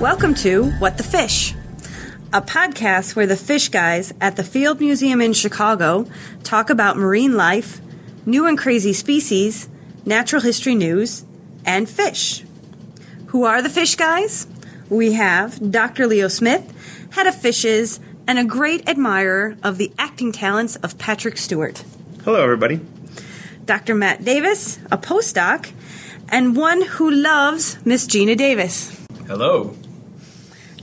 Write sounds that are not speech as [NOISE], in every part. Welcome to What the Fish, a podcast where the fish guys at the Field Museum in Chicago talk about marine life, new and crazy species, natural history news, and fish. Who are the fish guys? We have Dr. Leo Smith, head of fishes, and a great admirer of the acting talents of Patrick Stewart. Hello, everybody. Dr. Matt Davis, a postdoc, and one who loves Miss Gina Davis. Hello.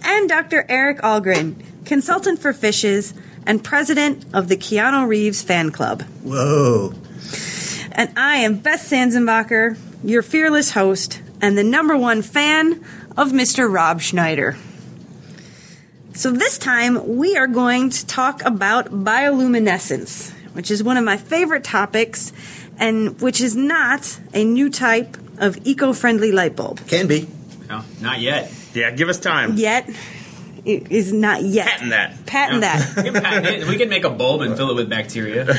And Dr. Eric Algren, consultant for fishes and president of the Keanu Reeves fan club. Whoa. And I am Beth Sanzenbacher, your fearless host and the number one fan of Mr. Rob Schneider. So, this time we are going to talk about bioluminescence, which is one of my favorite topics and which is not a new type of eco friendly light bulb. Can be. No, not yet. Yeah, give us time. Yet, it is not yet. Patent that. Patent that. [LAUGHS] We can patent it. We can make a bulb and fill it with bacteria. Right?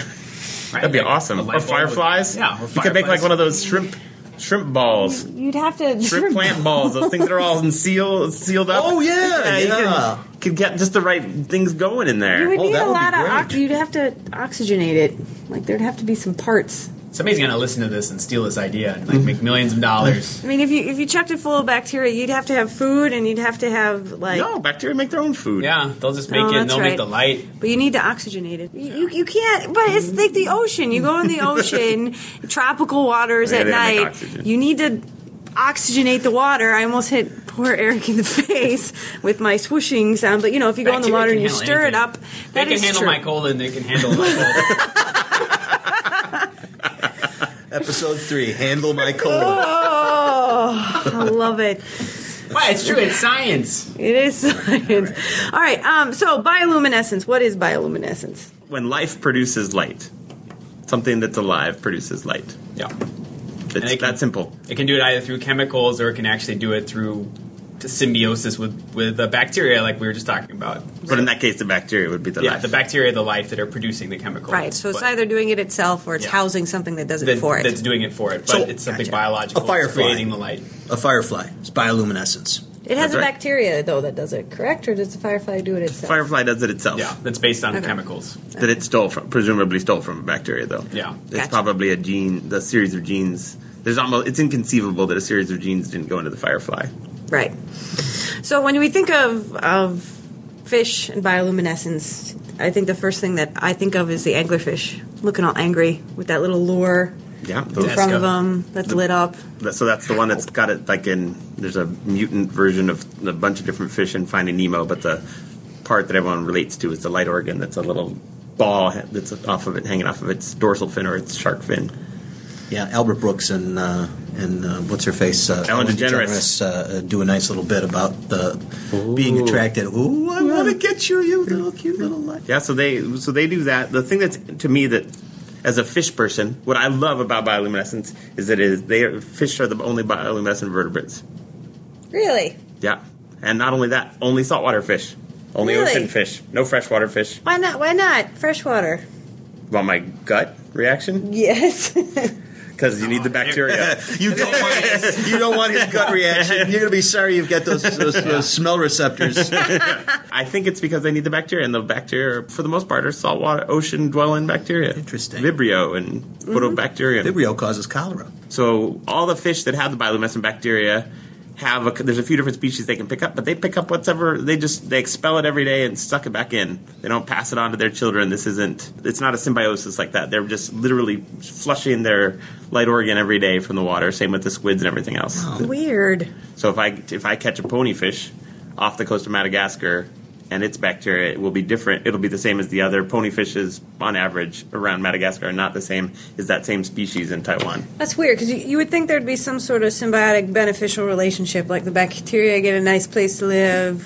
That'd be Like awesome. a light Or bulb fireflies. With, yeah. Or you could make like fireflies. one of those shrimp shrimp balls, You'd have to. shrimp plant balls. Those things that are all in seal sealed up. Oh, yeah, you yeah. Could, could get just the right things going in You there. would Oh, need that a would be lot of. Ox- great. you'd have to oxygenate it. Like there'd have to be some parts. Somebody's gonna listen to this and steal this idea and like make millions of dollars. I mean, if you if you chucked it full of bacteria, you'd have to have food, and you'd have to have like. No, bacteria make their own food. Yeah, they'll just make Oh, it and that's they'll right. make the light. But you need to oxygenate it. You, you, you can't. But it's like the ocean. You go in the ocean, tropical waters Yeah, at they don't make night. oxygen. You need to oxygenate the water. I almost hit poor Eric in the [LAUGHS] face with my swooshing sound. But you know, if you go in the Bacteria water can and you handle stir it anything. up, They that can is handle true. my cold and they can handle [LAUGHS] my cold. Episode three, handle my cold. Oh, I love it. Why? It's true. It's science. It is science. All right. um, so bioluminescence. What is bioluminescence? When life produces light, something that's alive produces light. Yeah. It's it can- that simple. It can do it either through chemicals or it can actually do it through symbiosis with with the bacteria, like we were just talking about. But in that case, the bacteria would be the Yeah, life. the bacteria, the life that are producing the chemical. Right. So it's But- either doing it itself or it's Yeah. housing something that does it that- for it. that's doing it for it, but So- it's something Gotcha. biological. A it's firefly. creating the light. a firefly. It's bioluminescence. it has That's a right. bacteria though that does it, correct? Or does the firefly do it itself? Firefly does it itself. Yeah, that's based on Okay. chemicals. That it stole from, presumably stole from bacteria, though. Yeah. It's Gotcha. probably a gene, the series of genes. There's almost it's inconceivable that a series of genes didn't go into the firefly. Right. So when we think of of fish and bioluminescence, I think the first thing that I think of is the anglerfish looking all angry with that little lure Yeah. in those- Yes. front of go. them that's lit up. that- so that's the one that's got it like in there's a mutant version of a bunch of different fish in Finding Nemo, but the part that everyone relates to is the light organ that's a little ball ha- that's off of it hanging off of its dorsal fin or its shark fin. Yeah, Albert Brooks and uh, and uh, what's her face? Uh, Ellen DeGeneres. DeGeneres, uh, do a nice little bit about the being attracted. Ooh, I want to get you, you little cute little light. Yeah, so they so they do that. The thing that's to me that as a fish person, what I love about bioluminescence is that it is they are, fish are the only bioluminescent vertebrates. Really? Yeah, and not only that, only saltwater fish, only Really? ocean fish, no freshwater fish. Why not? Why not freshwater? Well, my gut reaction Yes. because you need the bacteria. You don't, want his, you don't want his gut [LAUGHS] reaction. You're gonna be sorry you've got those those, those smell [LAUGHS] receptors. I think it's because they need the bacteria, and the bacteria, for the most part, are saltwater ocean dwelling bacteria. Interesting. Vibrio and Photobacterium. Vibrio causes cholera. So all the fish that have the bioluminescent bacteria have a, there's a few different species they can pick up, but they pick up whatever they just they expel it every day and suck it back in. They don't pass it on to their children. This isn't it's not a symbiosis like that. They're just literally flushing their light organ every day from the water. Same with the squids and everything else. Oh. Weird. So if I if I catch a ponyfish off the coast of Madagascar and its bacteria, it will be different. It'll be the same as the other ponyfishes on average around Madagascar, are not the same as that same species in Taiwan. That's weird because you, you would think there'd be some sort of symbiotic, beneficial relationship. Like the bacteria get a nice place to live,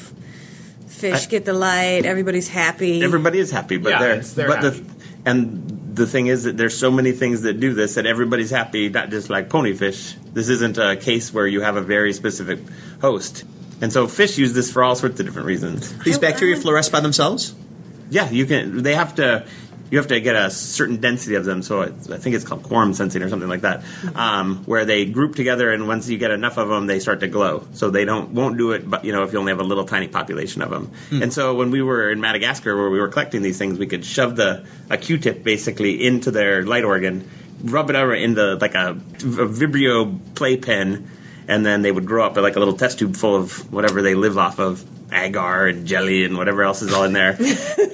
fish I- get the light, everybody's happy. Everybody is happy, but Yeah, they're, it's- they're but happy. the and the thing is that there's so many things that do this that everybody's happy, not just like ponyfish. This isn't a case where you have a very specific host. And so fish use this for all sorts of different reasons. These bacteria fluoresce by themselves. Yeah, you can they have to you have to get a certain density of them. So it's, I think it's called quorum sensing or something like that, um, where they group together, and once you get enough of them, they start to glow. So they don't won't do it, but you know, if you only have a little tiny population of them. And so when we were in Madagascar, where we were collecting these things, we could shove the a Q-tip basically into their light organ, rub it over into like a, a Vibrio playpen. And then they would grow up like a little test tube full of whatever they live off of agar and jelly and whatever else is all [LAUGHS] in there.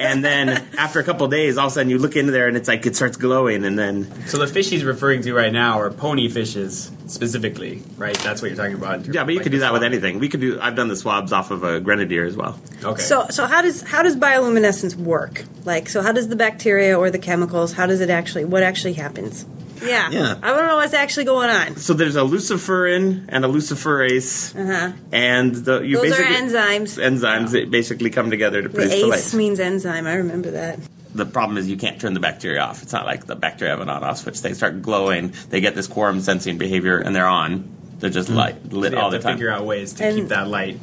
and then after a couple of days, all of a sudden you look into there and it's like it starts glowing. And then So the fish he's referring to right now are pony fishes specifically, right? That's what you're talking about. in terms yeah, of, but you like, could do the that with swab. anything. We could do. I've done the swabs off of a grenadier as well. Okay. So, so how does how does bioluminescence work? Like, so how does the bacteria or the chemicals? How does it actually? What actually happens? Yeah, Yeah. I don't know what's actually going on. So there's a luciferin and a luciferase, Uh-huh. and the you Those are basically enzymes. enzymes that basically come together to The produce the, ACE light. means enzyme. I remember that. the problem is you can't turn the bacteria off. It's not like the bacteria have an on-off switch. They start glowing. They get this quorum sensing behavior, and they're on. They're just light Mm-hmm. So lit they all have the to time. figure out ways to And- keep that light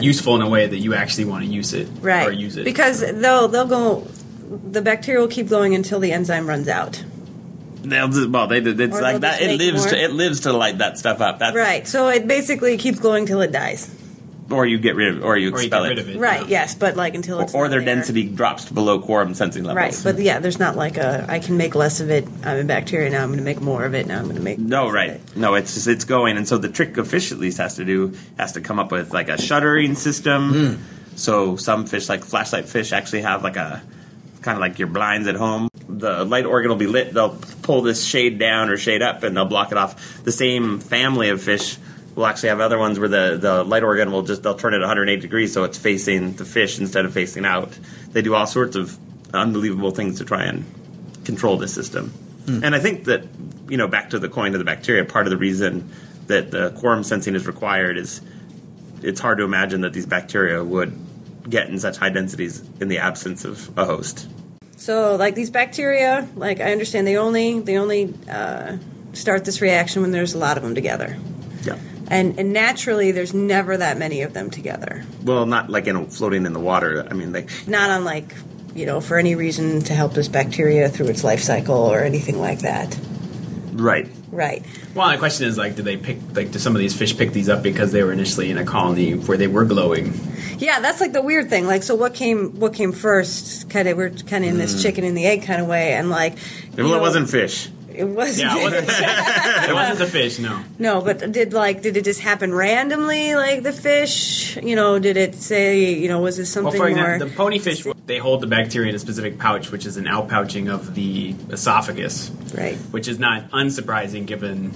useful in a way that you actually want to use it Right. or use it. because they'll they'll go. The bacteria will keep glowing until the enzyme runs out. They'll just, well, they did. It's Or like they'll that. just It make lives. more. To, it lives to light that stuff up. That's Right. So it basically keeps glowing till it dies. Or you get rid of. Or you or you expel get rid of it. it. Right. yeah. Yes, but like until it's Or, or not their there. density drops below quorum sensing levels. Right. But yeah, there's not like a I can make less of it. I'm a bacteria now. I'm going to make more of it. Now I'm going to make no, less of right. it. No, it's just it's going. And so the trick of fish at least has to do has to come up with like a shuttering system. So some fish like flashlight fish actually have like a kind of like your blinds at home. The light organ will be lit. They'll pull this shade down or shade up, and they'll block it off. The same family of fish will actually have other ones where the, the light organ will just they'll turn it 108 degrees so it's facing the fish instead of facing out. They do all sorts of unbelievable things to try and control the system. And I think that you know back to the coin of the bacteria. Part of the reason that the quorum sensing is required is it's hard to imagine that these bacteria would get in such high densities in the absence of a host. So like these bacteria, like I understand they only they only uh, start this reaction when there's a lot of them together. Yeah. And, and naturally, there's never that many of them together. Well, not like in a, floating in the water. I mean, they Not unlike, you know, for any reason to help this bacteria through its life cycle or anything like that. right. Right. Well, the question is like, did they pick like, do some of these fish pick these up because they were initially in a colony where they were glowing? Yeah, that's like the weird thing. Like, so what came what came first? Kind of, we're kind of in Hmm. this chicken and the egg kind of way, and like, you Well, know, it wasn't fish. It was. Yeah, it wasn't, [LAUGHS] it wasn't the fish. No. [LAUGHS] No, but did like did it just happen randomly? Like the fish, you know, did it say you know was this Well, something for more? example, the pony fish, they hold the bacteria in a specific pouch, which is an outpouching of the esophagus, [LAUGHS] right. which is not unsurprising given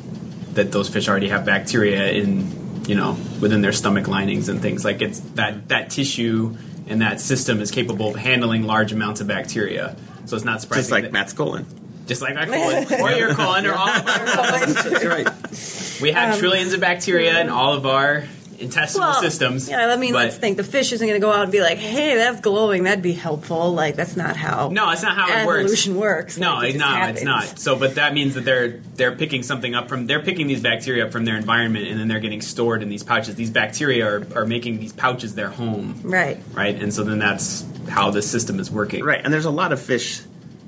that those fish already have bacteria in, you know, within their stomach linings and things. Like it's that that tissue and that system is capable of handling large amounts of bacteria. So it's not surprising. Just like that- Matt's colon. just like my colon, or [LAUGHS] your colon, or all of our That's right. We Um, have trillions of bacteria in all of our intestinal systems. Yeah, I mean, but- let's think. The fish isn't going to go out and be like, "Hey, that's glowing. That'd be helpful." Like, that's not how. No, it's not how it works. evolution works. No, Like, it it's just not. It's happens. not. So, but that means that they're they're picking something up from they're picking these bacteria up from their environment, and then they're getting stored in these pouches. These bacteria are, are making these pouches their home, Right. right? And so then that's how the system is working, Right, and there's a lot of fish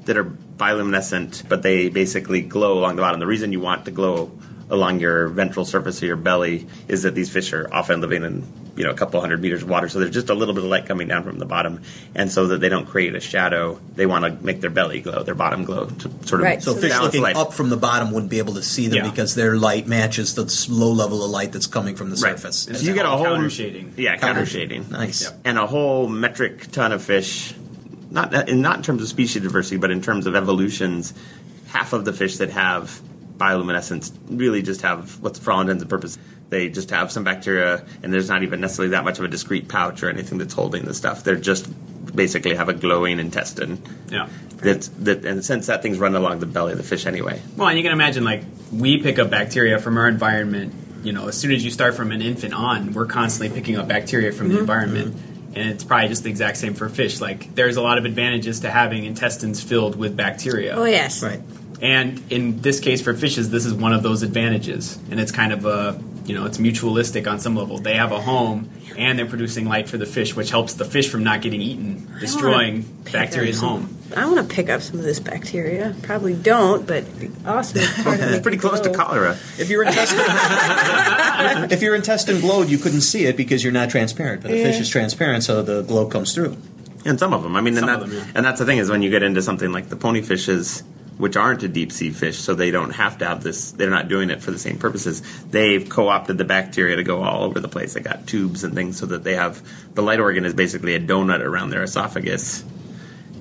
that are bioluminescent, but they basically glow along the bottom. The reason you want to glow along your ventral surface of your belly is that these fish are often living in you know a couple hundred meters of water, so there's just a little bit of light coming down from the bottom, and so that they don't create a shadow, they want to make their belly glow, their bottom glow, to sort of Right. So, So fish balance looking light. up from the bottom wouldn't be able to see them Yeah. because their light matches the s- low level of light that's coming from the Right. surface. So you get a whole Counter shading. Yeah, counter shading. Nice. Yep. and a whole metric ton of fish. Not in not in terms of species diversity, but in terms of evolutions, half of the fish that have bioluminescence really just have what's for all intents and purposes. They just have some bacteria, and there's not even necessarily that much of a discrete pouch or anything that's holding the stuff. They're just basically have a glowing intestine. Yeah. That's that, and since that thing's running along the belly of the fish anyway, Well, and you can imagine like we pick up bacteria from our environment. You know, as soon as you start from an infant on, we're constantly picking up bacteria from Mm-hmm. the environment. And it's probably just the exact same for fish. Like, there's a lot of advantages to having intestines filled with bacteria. Oh yes. Right. And in this case, for fishes, this is one of those advantages. And it's kind of a, you know, it's mutualistic on some level. They have a home and they're producing light for the fish, which helps the fish from not getting eaten, I wanna destroying pet bacteria's them. home. I want to pick up some of this bacteria. Probably don't, but it'd be awesome. if part of it It's [LAUGHS] pretty could close to go. cholera. If your intestine, if your intestine glowed, you couldn't see it because you're not transparent. But a fish is transparent, so the glow comes through. And some of them. I mean, and, Some that, of them, yeah. and that's the thing is when you get into something like the pony fishes, which aren't a deep sea fish, so they don't have to have this. They're not doing it for the same purposes. They've co-opted the bacteria to go all over the place. They got tubes and things so that they have the light organ is basically a donut around their esophagus,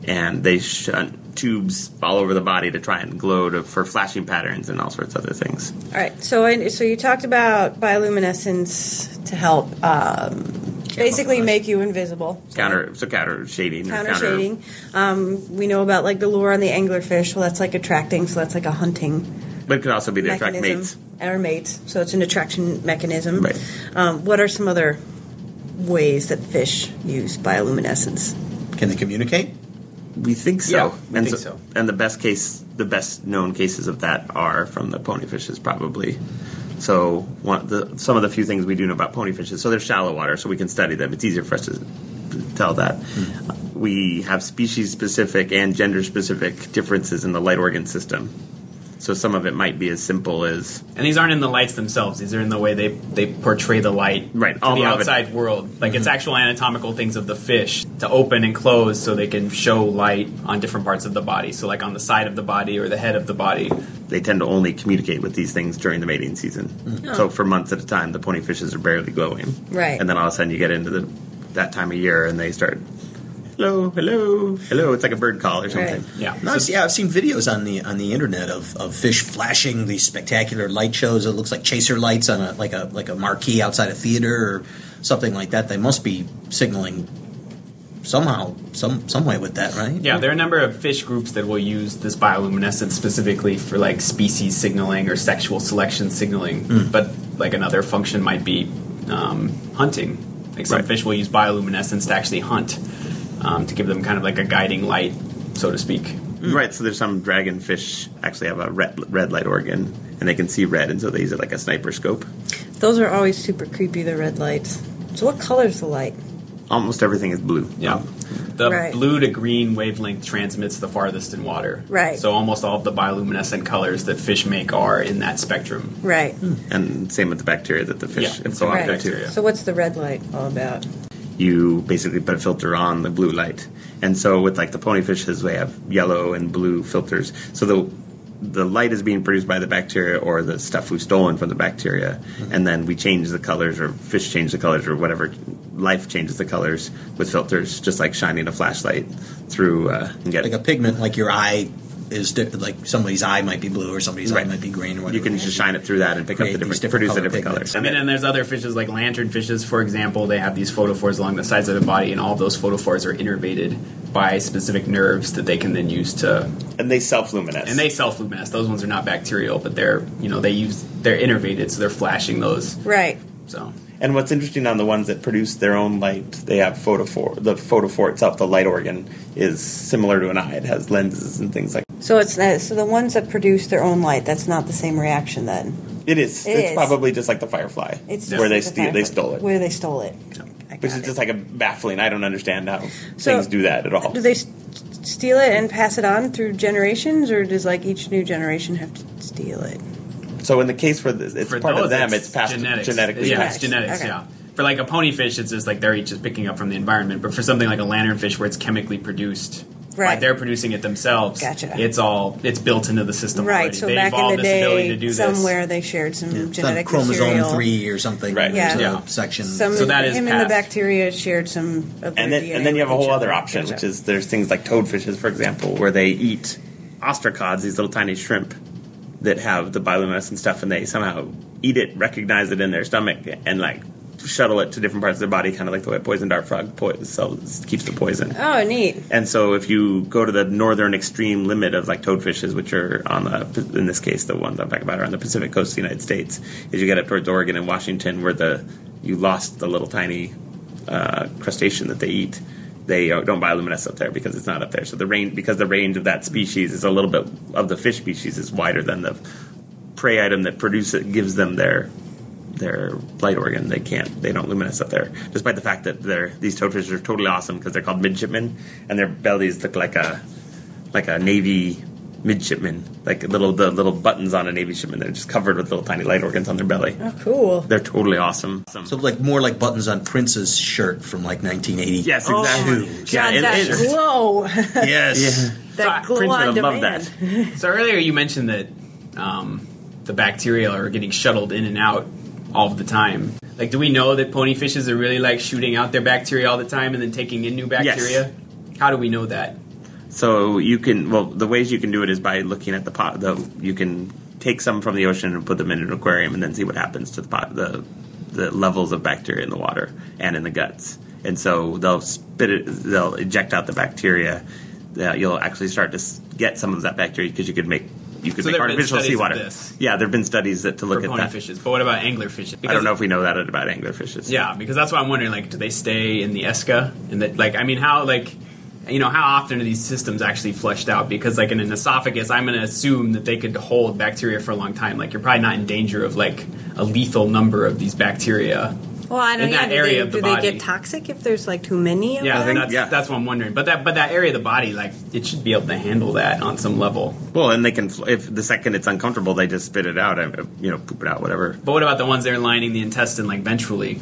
and they shunt tubes all over the body to try and glow to, for flashing patterns and all sorts of other things. All right. So, I, so you talked about bioluminescence to help um, basically make you invisible. Counter, so counter shading, or Counter shading. Um, we know about like the lure on the anglerfish. Well, that's like attracting. So that's like a hunting but it could also be to attract mechanism. mates. Or mates. So it's an attraction mechanism. Right. Um, what are some other ways that fish use bioluminescence? Can they communicate? We think so. Yeah, we and think so. And the best case, the best known cases of that are from the ponyfishes, probably. So one of the, some of the few things we do know about ponyfishes. So they're shallow water, so we can study them. It's easier for us to tell that. Hmm. We have species specific and gender specific differences in the light organ system. So some of it might be as simple as And these aren't in the lights themselves; these are in the way they they portray the light Right, to all the of it. Mm-hmm. outside world. Like it's actual anatomical things of the fish to open and close, so they can show light on different parts of the body. So, like on the side of the body or the head of the body. they tend to only communicate with these things during the mating season. So for months at a time, the ponyfishes are barely glowing. Hmm. Right. And then all of a sudden, you get into the, that time of year, and they start, hello, hello, hello. It's like a bird call or something. Right. Yeah, No, I've, se- yeah, I've seen videos on the on the internet of, of fish flashing these spectacular light shows. It looks like chaser lights on a like a like a marquee outside a theater or something like that. They must be signaling somehow, some some way with that, right? Yeah, there are a number of fish groups that will use this bioluminescence specifically for like species signaling or sexual selection signaling. But like another function might be um, hunting. Like some Right. fish will use bioluminescence to actually hunt um, to give them kind of like a guiding light, so to speak. Right, so there's some dragonfish actually have a red, red light organ, and they can see red, and so they use it like a sniper scope. Those are always super creepy. The red lights. So what color's the light? Almost everything is blue. Yeah. Um, The Right. blue to green wavelength transmits the farthest in water. Right. So almost all of the bioluminescent colors that fish make are in that spectrum. Right. Hmm. And same with the bacteria that the fish Yeah, and so right. on too. bacteria. So what's the red light all about? you basically put a filter on the blue light. And so with like the ponyfishes, they have yellow and blue filters. So the the light is being produced by the bacteria or the stuff we've stolen from the bacteria, Mm-hmm. and then we change the colors or fish change the colors or whatever. Life changes the colors with filters, just like shining a flashlight through uh, and get. like a pigment, like your eye is di- like somebody's eye might be blue or somebody's Right. eye might be green or whatever. you can just shine it through that and pick up the Create different, these different produce the color different pigments. colors. I mean, and there's other fishes like lantern fishes, for example. They have these photophores along the sides of the body, and all of those photophores are innervated by specific nerves that they can then use to. and they self-luminous. And they self-luminesce. Those ones are not bacterial, but they're you know they use they're innervated, so they're flashing those. Right. So And what's interesting on the ones that produce their own light, they have photophore. The photophore itself, the light organ, is similar to an eye. It has lenses and things like. So it's uh, so the ones that produce their own light. That's not the same reaction then. It is. It it's is. probably just like the firefly, It's where they just the steal, they fact that- stole it, Where they stole it. I which got is it. just like a baffling. I don't understand how So- things do that at all. Do they st- steal it and pass it on through generations, or does like each new generation have to steal it? so in the case for this, it's for part those, of them. It's, passed genetics. genetically. Yeah, passed. it's genetics. Okay. Yeah. For like a ponyfish, it's just like they're each just picking up from the environment. But for something like a lanternfish, where it's chemically produced, Right. like they're producing it themselves. Gotcha. It's all it's built into the system. right. Already. So they back in evolved the this ability to day, do somewhere they shared some It's on genetic chromosome material. three or something. Right. Yeah. There's a Yeah. Section. Some So that is him and the passed. bacteria shared some of and their then DNA and then you have a with whole each other other. option, Gotcha. which is there's things like toadfishes, for example, where they eat ostracods, these little tiny shrimp that have the bioluminescent stuff, and they somehow eat it, recognize it in their stomach, and like shuttle it to different parts of their body, kind of like the way a poison dart frog po- so keeps the poison. Oh, neat. And so, if you go to the northern extreme limit of like toadfishes, which are on the in this case the ones I'm talking about are on the Pacific coast of the United States, is you get up towards Oregon and Washington, where the you lost the little tiny uh, crustacean that they eat. They uh, don't bioluminesce up there because it's not up there. So the range because the range of that species is a little bit of the fish species is wider than the prey item that produces it gives them their their light organ. They can't. They don't luminesce up there, despite the fact that they're these toadfish are totally awesome because they're called midshipmen and their bellies look like a like a navy midshipman, like a little the little buttons on a navy shipman. They're just covered with little tiny light organs on their belly. Oh, cool. They're totally awesome. Some- So like more like buttons on Prince's shirt from like 1980. yes, exactly. yeah, Oh God, it- that it- [LAUGHS] glow. Oh. [LAUGHS] Yes. that glow Prince would on have demand. loved that. So earlier you mentioned that um, the bacteria are getting shuttled in and out all the time. Like, do we know that pony fishes are really like shooting out their bacteria all the time and then taking in new bacteria? How do we know that? So you can well the ways you can do it is by looking at the pot. The you can take some from the ocean and put them in an aquarium and then see what happens to the pot the the levels of bacteria in the water and in the guts. And so they'll spit it. They'll eject out the bacteria. Uh, you'll actually start to s- get some of that bacteria because you could make you could So make there have been artificial studies of seawater. this? Yeah, there have been studies that to look for at pony that. fishes, but what about angler fishes? I don't know if we know that about anglerfishes. Yeah, because that's why I'm wondering. Like, do they stay in the esca? And that, like, I mean, how, like, you know, how often are these systems actually flushed out? Because, like, in an esophagus, I'm going to assume that they could hold bacteria for a long time. Like, you're probably not in danger of like a lethal number of these bacteria. Well, I don't In know. that do area they, of the do they body. get toxic if there's like too many of Yeah, them? that's, yeah. that's what I'm wondering. But that, but that area of the body, like, it should be able to handle that on some level. Well, and they can fl- if the second it's uncomfortable, they just spit it out. uh, You know, poop it out, whatever. But what about the ones that are lining the intestine, like, ventrally?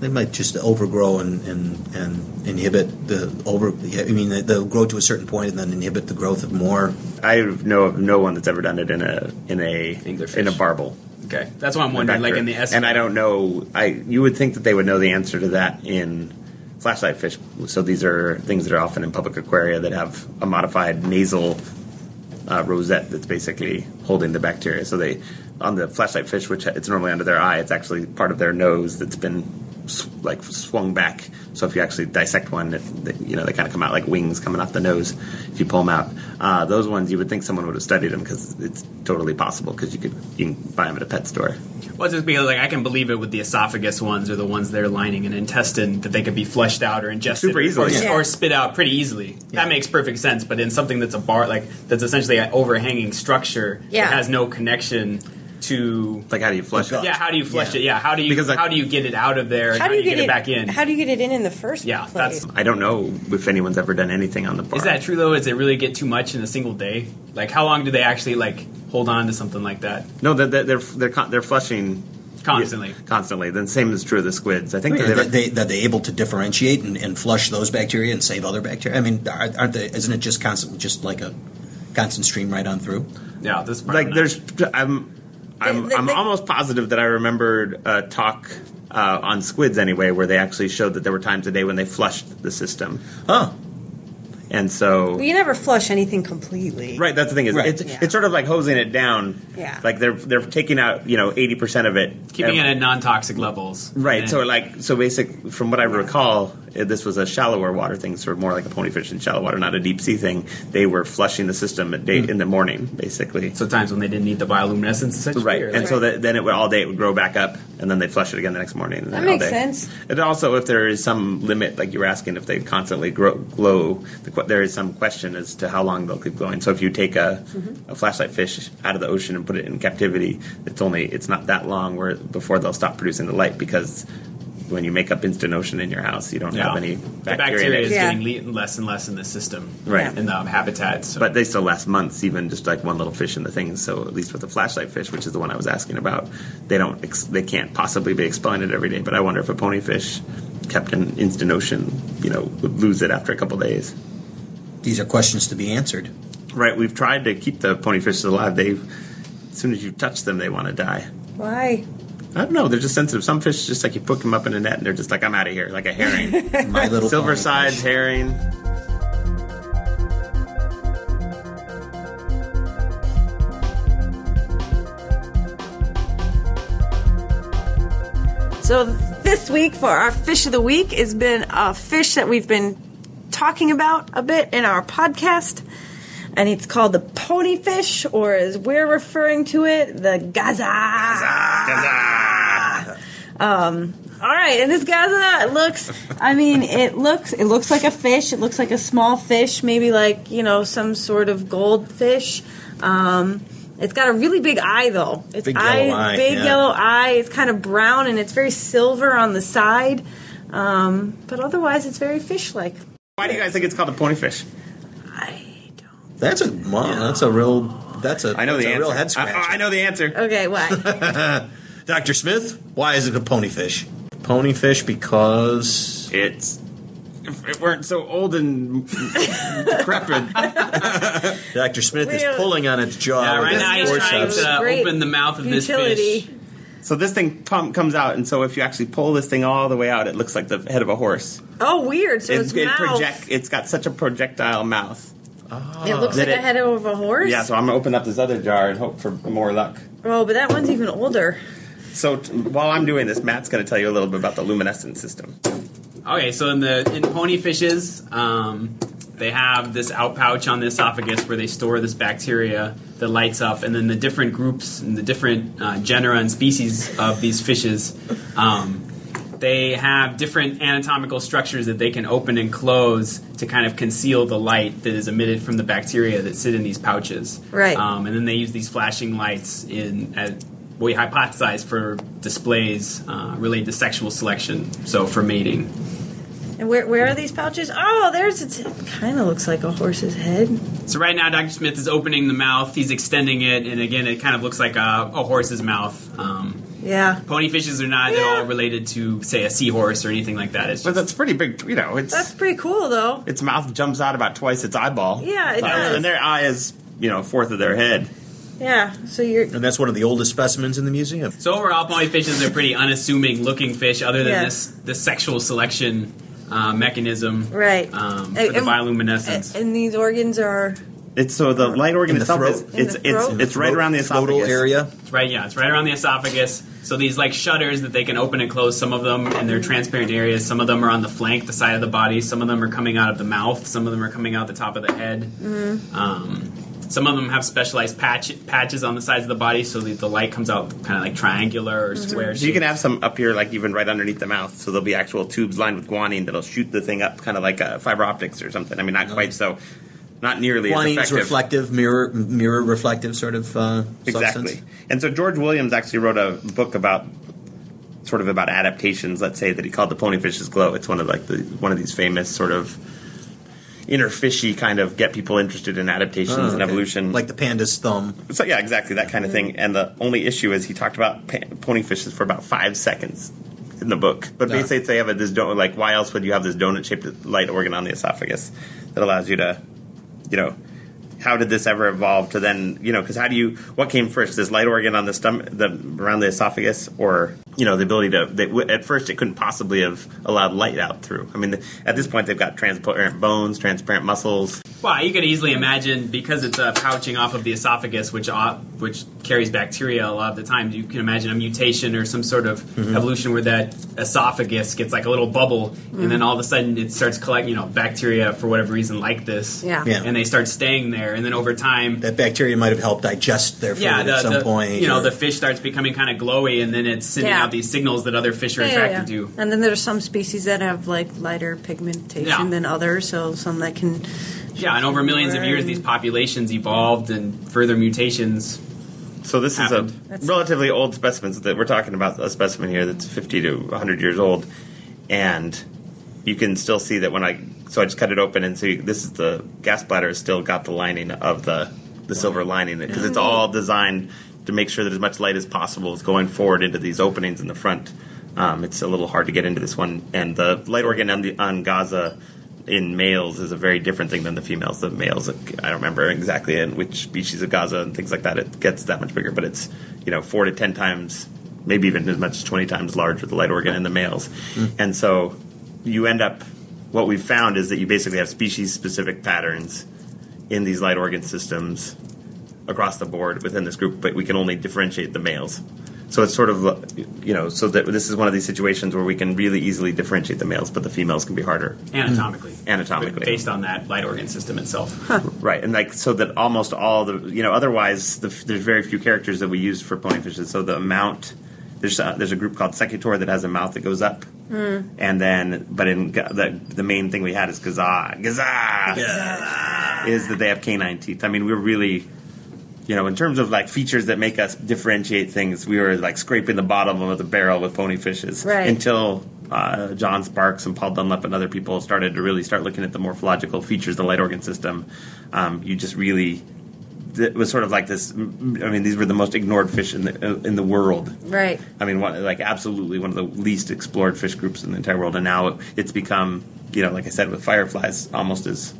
They might just overgrow and, and, and inhibit the over. I mean, they- they'll grow to a certain point and then inhibit the growth of more. I know of no one that's ever done it in a in a Anglerfish. in a barble. Okay, that's what I'm wondering. Like in the esca, and I don't know. I you would think that they would know the answer to that in flashlight fish. So these are things that are often in public aquaria that have a modified nasal uh, rosette that's basically holding the bacteria. So they on the flashlight fish, which it's normally under their eye, it's actually part of their nose that's been sw- like swung back. So if you actually dissect one, it, they, you know they kind of come out like wings coming off the nose if you pull them out. Uh, those ones you would think someone would have studied them because it's totally possible because you could you can buy them at a pet store. Well, just because like I can believe it with the esophagus ones or the ones that are lining an intestine that they could be flushed out or ingested Super or- easily. or, Yeah. or spit out pretty easily. Yeah. That makes perfect sense. But in something that's a bar like that's essentially an overhanging structure Yeah. that has no connection to Like how do you flush Like, it? uh, yeah, how do you flush Yeah. it? Yeah, how do you Because, like- how do you get it out of there? and How do you get, it, it back in? How do you get it in in the first Yeah, place? that's- I don't know if anyone's ever done anything on the bar. Is that true though? Is it really get too much in a single day? Like how long do they actually like hold on to something like that? No, they're they're they're, they're, con- they're flushing Constantly. Yeah, constantly. Then same is true of the squids. I think that That they, they've- they, that they're able to differentiate and, and flush those bacteria and save other bacteria. I mean, aren't aren't they? Isn't it just constant, just like a constant stream right on through? Yeah, this part I'm like not- there's I'm I'm, They- they- I'm they- almost positive that I remembered a talk uh, on squids anyway where they actually showed that there were times a day when they flushed the system. Huh? And so Well, you never flush anything completely. Right, that's the thing is Right. it's Yeah. it's sort of like hosing it down. Yeah. Like they're they're taking out, you know, 80% of it. keeping And- it at non toxic levels. Right. And- So like so basic from what I recall, eh, this was a shallower water thing, sort of more like a ponyfish in shallow water, not a deep sea thing. They were flushing the system at day in the morning, basically. So times when they didn't need the bioluminescence, essentially. Right, or and like- so that, then it would all day it would grow back up, and then they flush it again the next morning. And then That all makes day. sense. And also, if there is some limit, like you were asking, if they constantly grow, glow, the, que- there is some question as to how long they'll keep glowing. So if you take a, Mm-hmm. a flashlight fish out of the ocean and put it in captivity, it's only it's not that long where before they'll stop producing the light because when you make up instant ocean in your house, you don't have any the bacteria. bacteria, in it. is Yeah. getting le- less and less in the system, Right. In the habitat. So. But they still last months, even just like one little fish in the thing. So at least with the flashlight fish, which is the one I was asking about, they don't ex- they can't possibly be expelling it every day. But I wonder if a ponyfish kept in instant ocean, you know, would lose it after a couple days. These are questions to be answered. Right? We've tried to keep the ponyfishes alive. They as soon as you touch them, they want to die. Why? I don't know. They're just sensitive. Some fish, just like you put them up in a net, and they're just like, "I'm out of here," like a [LAUGHS] herring, My little silver Pony sides Fish. herring. So this week for our fish of the week has been a fish that we've been talking about a bit in our podcast, and it's called the ponyfish, or as we're referring to it, the Gaza. Um, All right, and this Gaza it looks. I mean, it looks. It looks like a fish. It looks like a small fish, maybe like you know some sort of goldfish. Um, it's got a really big eye though. It's Big yellow eye, big yeah. yellow eye. It's kind of brown and it's very silver on the side, um, but otherwise it's very fish-like. Why do you guys think it's called a ponyfish? I don't That's a wow, that's a real that's a I know that's the a answer. real head scratch. I, I know the answer. Okay, [LAUGHS] why? Doctor Smith, why is it a ponyfish? Ponyfish because It's if it weren't so old and decrepit. Doctor Smith is Really? pulling on its jaw Yeah, with right its now he's trying forceps. to Great open the mouth of Futility. this fish. so this thing pump comes out, and so if you actually pull this thing all the way out, it looks like the head of a horse. Oh, weird. So it's it mouth. project. It's got such a projectile mouth. it looks like Did a it- head of a horse. Yeah, so I'm gonna open up this other jar and hope for more luck. Oh, but that one's even older. So t- while I'm doing this, Matt's gonna tell you a little bit about the luminescent system. Okay, so in the in ponyfishes, um, they have this out pouch on the esophagus where they store this bacteria that lights up, and then the different groups and the different uh, genera and species of these fishes, um, they have different anatomical structures that they can open and close to kind of conceal the light that is emitted from the bacteria that sit in these pouches. Right. Um, and then they use these flashing lights in at we hypothesize for displays uh, related to sexual selection, so for mating. And where where are these pouches? Oh, there's it's, it. Kind of looks like a horse's head. So right now, Dr. Smith is opening the mouth. He's extending it, and again, it kind of looks like a, a horse's mouth. Um, Yeah. ponyfishes are not at Yeah. all related to, say, a seahorse or anything like that. It's But just, that's pretty big. You know, it's That's pretty cool, though. its mouth jumps out about twice its eyeball. Yeah, it Like, does. And their eye is you know a fourth of their head. Yeah. So you're. And that's one of the oldest specimens in the museum. so overall, ponyfishes are pretty unassuming-looking fish, other than Yeah. this this sexual selection uh, mechanism, Right. Um, for And- the and- bioluminescence. And these organs are. It's so the light organ In the itself throat? is In the it's it's throat? it's right around the Floatal esophagus area. It's right, yeah, it's right around the esophagus. So these like shutters that they can open and close. Some of them in their transparent areas. Some of them are on the flank, the side of the body. Some of them are coming out of the mouth. Some of them are coming out the top of the head. Um, some of them have specialized patch, patches on the sides of the body, so that the light comes out kind of like triangular or square. So you can have some up here, like even right underneath the mouth. So there'll be actual tubes lined with guanine that'll shoot the thing up, kind of like uh, fiber optics or something. I mean, not quite so, not nearly as Mm-hmm. Guanine's effective. reflective, mirror mirror reflective sort of uh, exactly. substance. And so George Williams actually wrote a book about sort of about adaptations. Let's say that he called the ponyfish's glow. It's one of like the one of these famous sort of interfishy kind of get people interested in adaptations Oh, and okay. evolution. Like the panda's thumb. So yeah, exactly that kind of thing. And the only issue is he talked about pa- pony fishes for about five seconds in the book. But Yeah. basically, they have a, this donut. Like, why else would you have this donut-shaped light organ on the esophagus that allows you to, you know, how did this ever evolve to then, you know, because how do you what came first, this light organ on the stomach, the around the esophagus, or you know, the ability to? They, w- at first, it couldn't possibly have allowed light out through. I mean, the, at this point, they've got transparent bones, transparent muscles. Wow, you could easily imagine because it's a pouching off of the esophagus, which au- which carries bacteria a lot of the time. You can imagine a mutation or some sort of Mm-hmm. evolution where that esophagus gets like a little bubble, and Mm-hmm. then all of a sudden it starts collecting, you know, bacteria for whatever reason like this. Yeah. Yeah. and they start staying there, and then over time, That bacteria might have helped digest their food yeah, the, at some the- point. you know, or- the fish starts becoming kind of glowy, and then it's sending Yeah. out these signals that other fish are Yeah, yeah, attracted yeah. to. And then there's some species that have like lighter pigmentation Yeah. than others, so some that can. Yeah, and over millions of years, Right. these populations evolved, and further mutations. So this happened. is a That's- relatively old specimen. So that we're talking about a specimen here that's 50 to 100 years old, and you can still see that when I so I just cut it open and see this is the gas bladder has still got the lining of the the silver lining because it's all designed to make sure that as much light as possible is going forward into these openings in the front. Um, it's a little hard to get into this one, and the light organ on the on Gaza in males is a very different thing than the females. The males, I don't remember exactly in which species of Gaza and things like that. It gets that much bigger, but it's you know four to ten times, maybe even as much as twenty times larger the light organ in the males, and so you end up. What we've found is that you basically have species specific patterns in these light organ systems across the board within this group, but we can only differentiate the males. So it's sort of uh, you know so that this is one of these situations where we can really easily differentiate the males, but the females can be harder Mm-hmm. Anatomically, Anatomically. based on that light organ system itself. Right, and like so that almost all the you know otherwise the, there's very few characters that we use for ponyfishes. So the amount there's a, there's a group called Secutor that has a mouth that goes up, and then but in Ga- the the main thing we had is Gaza Gaza is that they have canine teeth. I mean we're really you know in terms of like features that make us differentiate things we were like scraping the bottom of the barrel with ponyfishes Right. until uh, John Sparks and Paul Dunlap and other people started to really start looking at the morphological features of the light organ system, um, you just really it was sort of like this. I mean, these were the most ignored fish in the uh, in the world. Right. I mean, one, like absolutely one of the least explored fish groups in the entire world, and now it, it's become, you know, like I said, with fireflies, almost as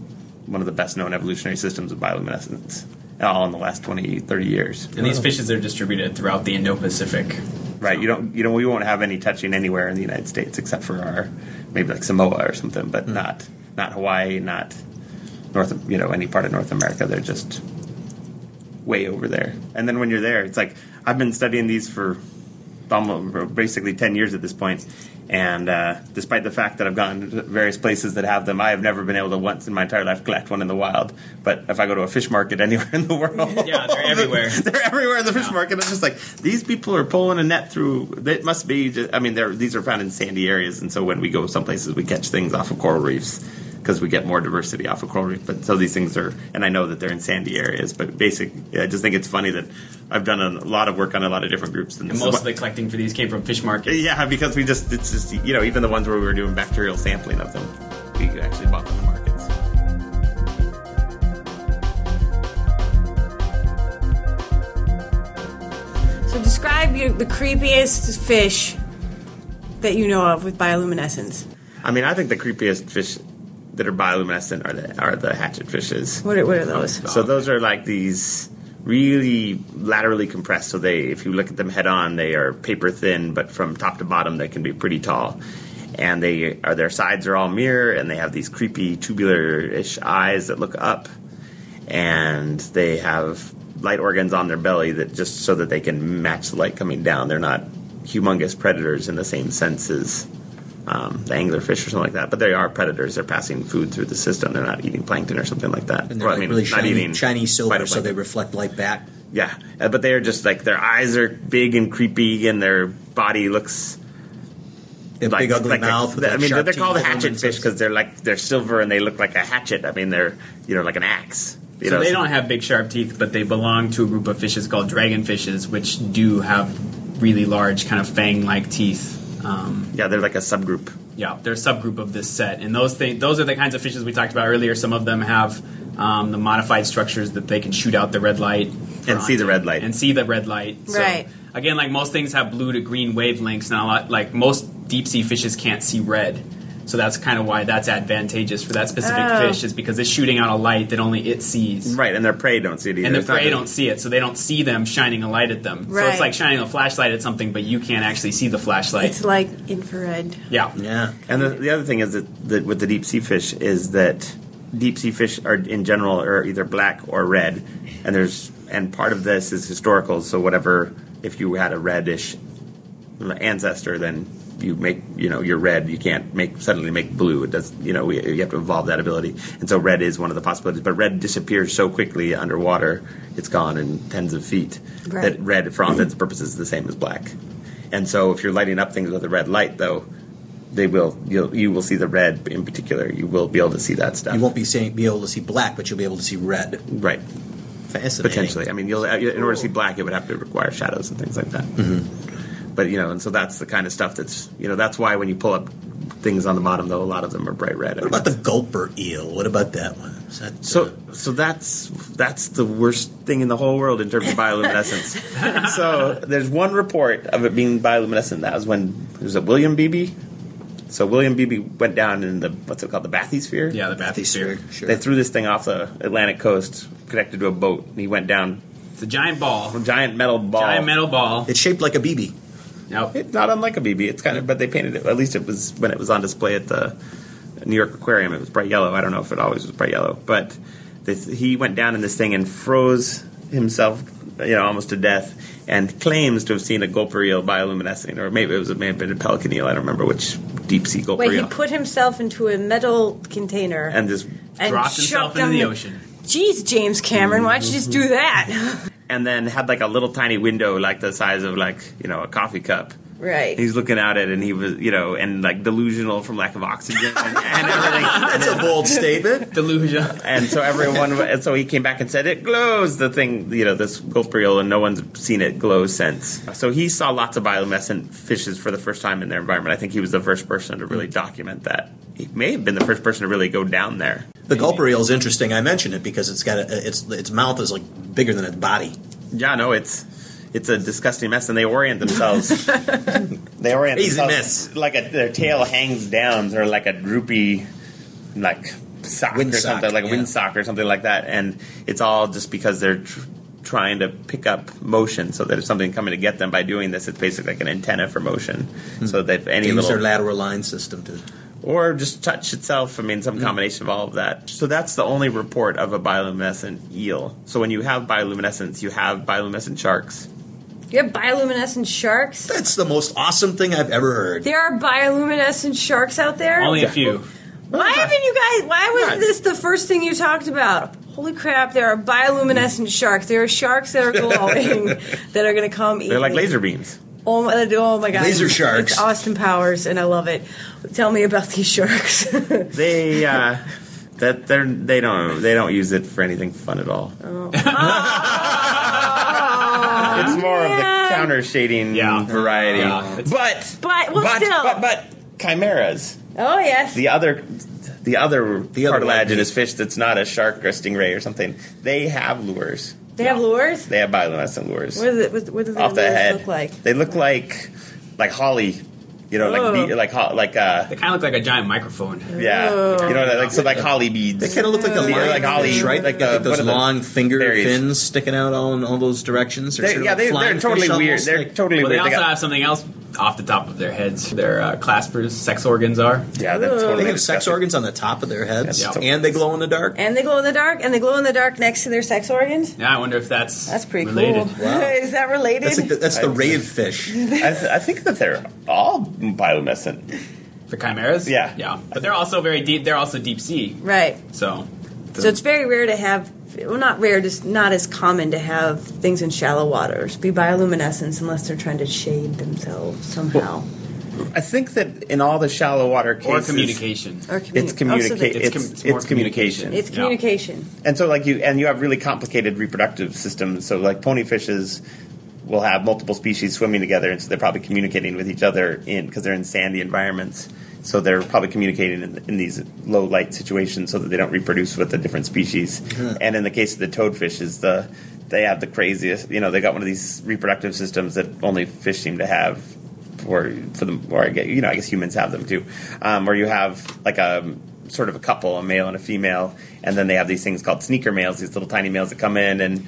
one of the best known evolutionary systems of bioluminescence, all in the last 20, 30 years. And these fishes are distributed throughout the Indo-Pacific. Right? You don't, you know, we won't have any touching anywhere in the United States except for our maybe like Samoa or something, but Hmm. not not Hawaii, not North, you know, any part of North America. They're just way over there. And then when you're there, it's like I've been studying these for almost for basically 10 years at this point. And uh, despite the fact that I've gone to various places that have them, I have never been able to once in my entire life collect one in the wild. But if I go to a fish market [LAUGHS] anywhere in the world, Yeah, they're [LAUGHS] everywhere. they're everywhere in the fish market. It's just like these people are pulling a net through. It must be. Just, I mean, they're, these are found in sandy areas, and so when we go some places, we catch things off of coral reefs because we get more diversity off of coral reef. But so these things are, and I know that they're in sandy areas. But basic, I just think it's funny that I've done a lot of work on a lot of different groups. And most of the collecting for these came from fish markets. yeah, because we just it's just you know even the ones where we were doing bacterial sampling of them, we actually bought them in markets. So describe your, the creepiest fish that you know of with bioluminescence. I mean, I think the creepiest fish that are bioluminescent are the are the hatchet fishes. What are, what are those? So those are like these really laterally compressed. So they, if you look at them head on, they are paper thin, but from top to bottom, they can be pretty tall. And they are their sides are all mirror, and they have these creepy tubular-ish eyes that look up, and they have light organs on their belly that just so that they can match the light coming down. They're not humongous predators in the same sense as um, the anglerfish or something like that, but they are predators. They're passing food through the system. They're not eating plankton or something like that. And they're Well, I like mean, really not shiny, eating shiny silver, so phytoplankton. they reflect light back. Yeah, uh, but they are just like their eyes are big and creepy, and their body looks They have like big ugly like a- mouth. with, I like, mean, sharp they're called teeth and hatchet limbs. fish because they're like they're silver and they look like a hatchet. I mean, they're you know like an axe. You So know, they don't have big sharp teeth, but they belong to a group of fishes called dragonfishes, which do have really large, kind of fang-like teeth. Um, yeah, they're like a subgroup. yeah, they're a subgroup of this set, and those things, those are the kinds of fishes we talked about earlier. Some of them have um, the modified structures that they can shoot out the red light for And see the onset- red light. and see the red light. So, Right. again, like most things have blue to green wavelengths, and a lot like most deep sea fishes can't see red. So that's kind of why that's advantageous for that specific Oh. fish is because it's shooting out a light that only it sees. Right, and their prey don't see it either. And the It's not prey really- don't see it, so they don't see them shining a light at them. So Right. it's like shining a flashlight at something, but you can't actually see the flashlight. It's like infrared. yeah. Yeah. And the, the other thing is that, that with the deep sea fish is that deep sea fish are in general are either black or red, and there's and part of this is historical. So whatever, if you had a reddish ancestor, then you make you know you're red. You can't make suddenly make blue. It does you know we, you have to evolve that ability, and so red is one of the possibilities. But red disappears so quickly underwater; it's gone in tens of feet. Right. That red, for all intents and purposes, is the same as black. And so, if you're lighting up things with a red light, though, they will you'll, you will see the red in particular. You will be able to see that stuff. You won't be seeing, be able to see black, but you'll be able to see red. right Fascinating. potentially. I mean, you'll uh, in order to see black, it would have to require shadows and things like that. Mm-hmm. But you know, and so that's the kind of stuff that's you know that's why when you pull up things on the bottom, though, a lot of them are bright red. I mean, What about the gulper eel? What about that one? Is that, uh, So, so that's that's the worst thing in the whole world in terms of [LAUGHS] bioluminescence. so, there's one report of it being bioluminescent. That was when it was a William Beebe. So William Beebe went down in the what's it called, the bathysphere. Yeah, the bathysphere? bathysphere. Sure. They threw this thing off the Atlantic coast, connected to a boat, and he went down. It's a giant ball. A giant metal ball. Giant metal ball. it's shaped like a BB. Now, It's not unlike a BB. It's kind of, but they painted it. At least it was when it was on display at the New York Aquarium. It was bright yellow. I don't know if it always was bright yellow, but this, he went down in this thing and froze himself, you know, almost to death, and claims to have seen a gulper eel bioluminescing, or maybe it was a may have been a pelican eel. I don't remember which deep sea gulper Wait, eel. he put himself into a metal container and just and dropped himself chucked into him- the ocean. Jeez, James Cameron, why'd you just do that? [LAUGHS] and then had like a little tiny window like the size of like you know a coffee cup Right. He's looking out at it, and he was, you know, and like delusional from lack of oxygen and, and [LAUGHS] everything. That's a bold statement. Delusion. And so everyone, and so he came back and said, "It glows." The thing, you know, this gulpriel, and no one's seen it glow since. So he saw lots of bioluminescent fishes for the first time in their environment. I think he was the first person to really document that. He may have been the first person to really go down there. The gulper eel is interesting. I mentioned it because it's got a, its its mouth is like bigger than its body. Yeah, no, it's it's a disgusting mess, and they orient themselves. they orient Crazy themselves mess. like a, their tail hangs down, sort of like a droopy, like sock or Windsock, something, like a yeah. windsock or something like that. And it's all just because they're tr- trying to pick up motion, so that if something coming to get them by doing this, it's basically like an antenna for motion. So that if They any Hmm. use little their lateral line system to. or just touch itself. I mean, some Hmm. combination of all of that. So that's the only report of a bioluminescent eel. So when you have bioluminescence, you have bioluminescent sharks. You have bioluminescent sharks. That's the most awesome thing I've ever heard. There are bioluminescent sharks out there. Only a few. Why haven't you guys? Why was Right. this the first thing you talked about? Holy crap! There are bioluminescent sharks. There are sharks that are glowing [LAUGHS] that are going to come. They're like laser beams. Oh my, oh my god! Laser It's- sharks. It's Austin Powers, and I love it. Tell me about these [LAUGHS] sharks. [LAUGHS] They uh, that they're they don't they don't use it for anything fun at all. it's more of man. the counter shading Yeah. variety. Yeah. It's- But But- well, but, still. but but chimeras. oh yes. The other the other The other cartilaginous one. fish that's not a shark or a stingray or something. They have lures. they have lures. They have bioluminescent lures What, is it, what, what do their off the lures head. look like? They look like like holly, you know, Oh. like be- like ho- like uh They kind of look like a giant microphone. yeah, Oh. you know, like so like holly beads. They kind of look like a Yeah, lionfish, like Ollie, right? like They got the- one those of the long finger berries. fins sticking out all in all those directions. They're They- sort of yeah, like they, flying they're totally fish weird. almost. They're Like- totally Well, they weird. also got- have something else off the top of their heads. Their uh, claspers, sex organs are. yeah, they're totally They have sex disgusting. organs on the top of their heads, Yeah. and they glow in the dark. And they glow in the dark. And they glow in the dark next to their sex organs. Yeah, I wonder if that's That's pretty related. cool. Wow. [LAUGHS] is that related? That's like the, that's the I- rave fish. I, th- I think that they're all bioluminescent. The chimeras. Yeah. yeah, but they're also very deep. They're also deep sea. right. So So it's very rare to have, well, not rare, just not as common to have things in shallow waters be bioluminescence unless they're trying to shade themselves somehow. I think that in all the shallow water cases, or communication. or It's communi- oh, so they- communicate. It's it's, com- it's, it's more communication. communication. It's Yeah. communication. and so like you and you have really complicated reproductive systems. So like pony fishes will have multiple species swimming together, and so they're probably communicating with each other in because they're in sandy environments. So they're probably communicating in, in these low light situations so that they don't reproduce with the different species. And in the case of the toadfishes, the they have the craziest. You know, they got one of these reproductive systems that only fish seem to have. Or for them, or I guess, you know, I guess humans have them too, um, where you have like a sort of a couple, a male and a female, and then they have these things called sneaker males, these little tiny males that come in and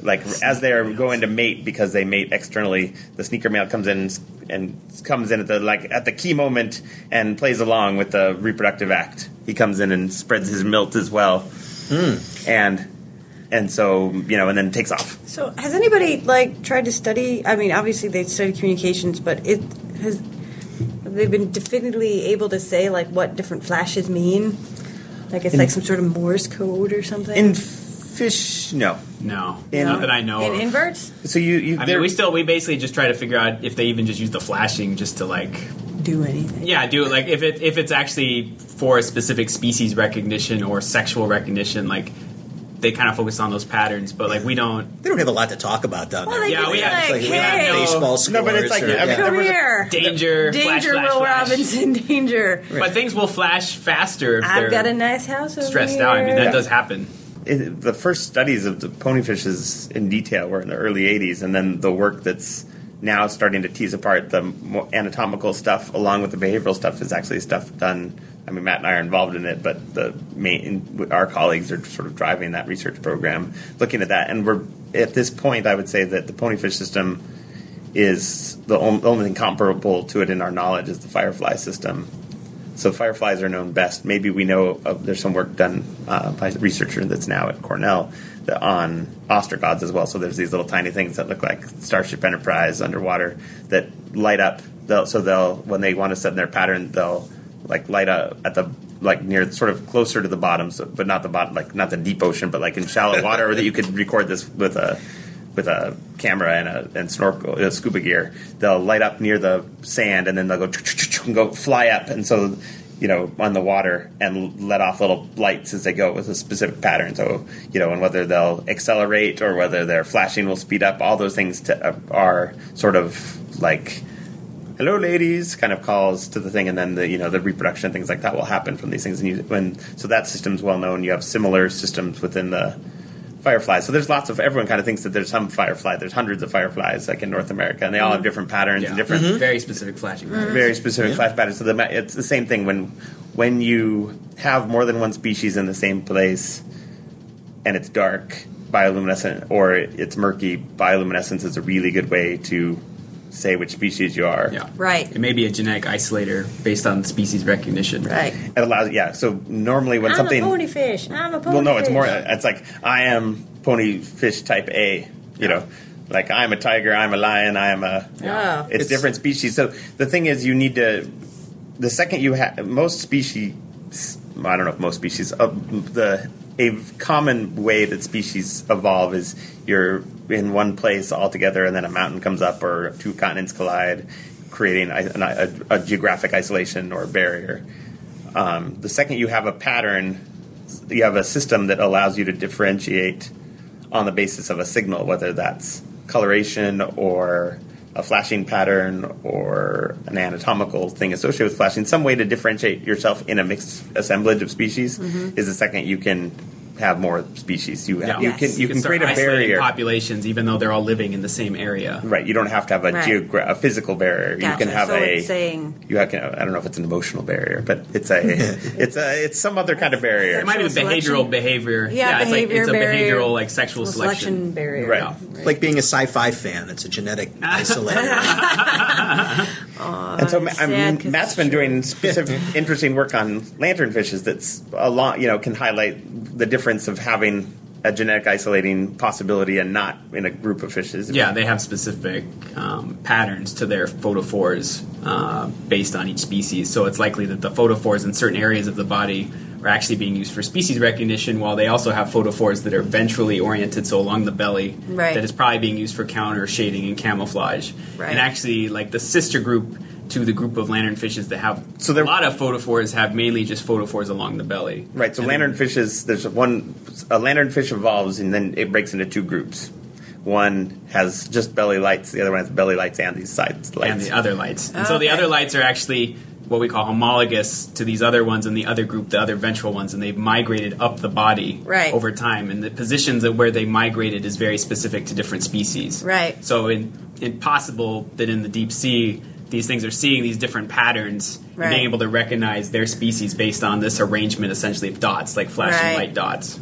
like as they're going to mate because they mate externally, the sneaker male comes in and comes in at the like at the key moment and plays along with the reproductive act. He comes in and spreads his milt as well, and and so you know, and then takes off. So has anybody like tried to study? I mean, obviously they study communications, but it has. Have they been definitively able to say like what different flashes mean? Like it's like some sort of Morse code or something. In fish, no. No, In- not that I know. in of. inverts, So you, you I there- mean, we still we basically just try to figure out if they even just use the flashing just to like do anything. yeah do it like if it if it's actually for a specific species recognition or sexual recognition like they kind of focus on those patterns but like we don't They don't have a lot to talk about down Well, there. they Yeah, could we be have- like, Like, we don't have hey, no. baseball No, but it's scores like- or- I mean, yeah. there come was a- here. danger flash, Danger, flash, Will flash. Robinson, [LAUGHS] danger. but things will flash faster if I've they're got a nice house over stressed here. out I mean that Yeah. does happen it, the first studies of the ponyfishes in detail were in the early 80s, and then the work that's now starting to tease apart the mo- anatomical stuff along with the behavioral stuff is actually stuff done. I mean, Matt and I are involved in it, but the main, our colleagues are sort of driving that research program, looking at that. And we're at this point, I would say that the ponyfish system is the on- only thing comparable to it in our knowledge is the firefly system. So fireflies are known best. Maybe we know of, there's some work done uh, by a researcher that's now at Cornell that on ostracods as well. So there's these little tiny things that look like Starship Enterprise underwater that light up. They'll, so they'll when they want to set their pattern, they'll like light up at the like near sort of closer to the bottom, so, but not the bottom, like not the deep ocean, but like in shallow water that you could record this with a with a camera and a and snorkel uh, scuba gear. They'll light up near the sand and then they'll go and go fly up, and so you know on the water and let off little lights as they go with a specific pattern. So you know, and whether they'll accelerate or whether their flashing will speed up, all those things to, uh, are sort of like hello ladies kind of calls to the thing and then the you know the reproduction and things like that will happen from these things and you when so that system's well known you have similar systems within the fireflies so there's lots of everyone kind of thinks that there's some firefly there's hundreds of fireflies like in north america and they all have different patterns and different very specific flashing. Mm-hmm. patterns. very specific flash patterns so the, ma- it's the same thing when when you have more than one species in the same place and it's dark bioluminescent or it's murky bioluminescence is a really good way to say which species you are Yeah. Right. It may be a genetic isolator based on species recognition. Right. It allows, yeah. So normally when something, fish. I'm a pony well, no, it's more. It's like I am pony fish type A. You know, like I'm a tiger, I'm a lion, I'm a. Yeah. uh, It's, It's- different species. So the thing is, you need to. The second you have most species, I don't know if most species. Uh, the a common way that species evolve is you're in one place all together, and then a mountain comes up, or two continents collide, creating i- an- a, a geographic isolation or barrier. Um, the second you have a pattern, you have a system that allows you to differentiate on the basis of a signal, whether that's coloration or a flashing pattern or an anatomical thing associated with flashing, some way to differentiate yourself in a mixed assemblage of species is the second you can have more species. You, Yeah. you Mm-hmm. Yes. can you, can start create a isolating barrier. Populations, even though they're all living in the same area. Right, you don't have to have a, Right. geogra- a physical barrier. You can have so a It's saying, you can, I don't know if it's an emotional barrier, but [LAUGHS] it's a it's a it's some other kind of barrier. It might be the Sexual selection. behavioral behavior. Yeah, it's like behavior it's a barrier. behavioral like sexual selection. barrier. Right. [LAUGHS] Like being a sci-fi fan, it's a genetic isolator. And so Ma- it's I sad mean, 'cause Matt's it's been [LAUGHS] doing specific, interesting work on lanternfishes. That's a lot, you know, can highlight the difference of having a genetic isolating possibility and not in a group of fishes. Yeah, they have specific um, patterns to their photophores uh, based on each species. So it's likely that the photophores in certain areas of the body are actually being used for species recognition, while they also have photophores that are ventrally oriented, so along the belly, Right. that is probably being used for counter shading and camouflage. Right. And actually, like the sister group to the group of lanternfishes that have So a they're- lot of photophores have mainly just photophores along the belly. Right. So And then- lanternfishes, there's one. A lanternfish evolves and then it breaks into two groups. One has just belly lights. The other one has belly lights and these side lights. and the uh, other lights. And so the Oh, Okay. other lights are actually what we call homologous to these other ones and the other group, the other ventral ones, and they've migrated up the body Right. over time. And the positions of where they migrated is very specific to different species. Right. So in, it's possible that in the deep sea, these things are seeing these different patterns and Right. being able to recognize their species based on this arrangement, essentially of dots, like flashing Right. light dots.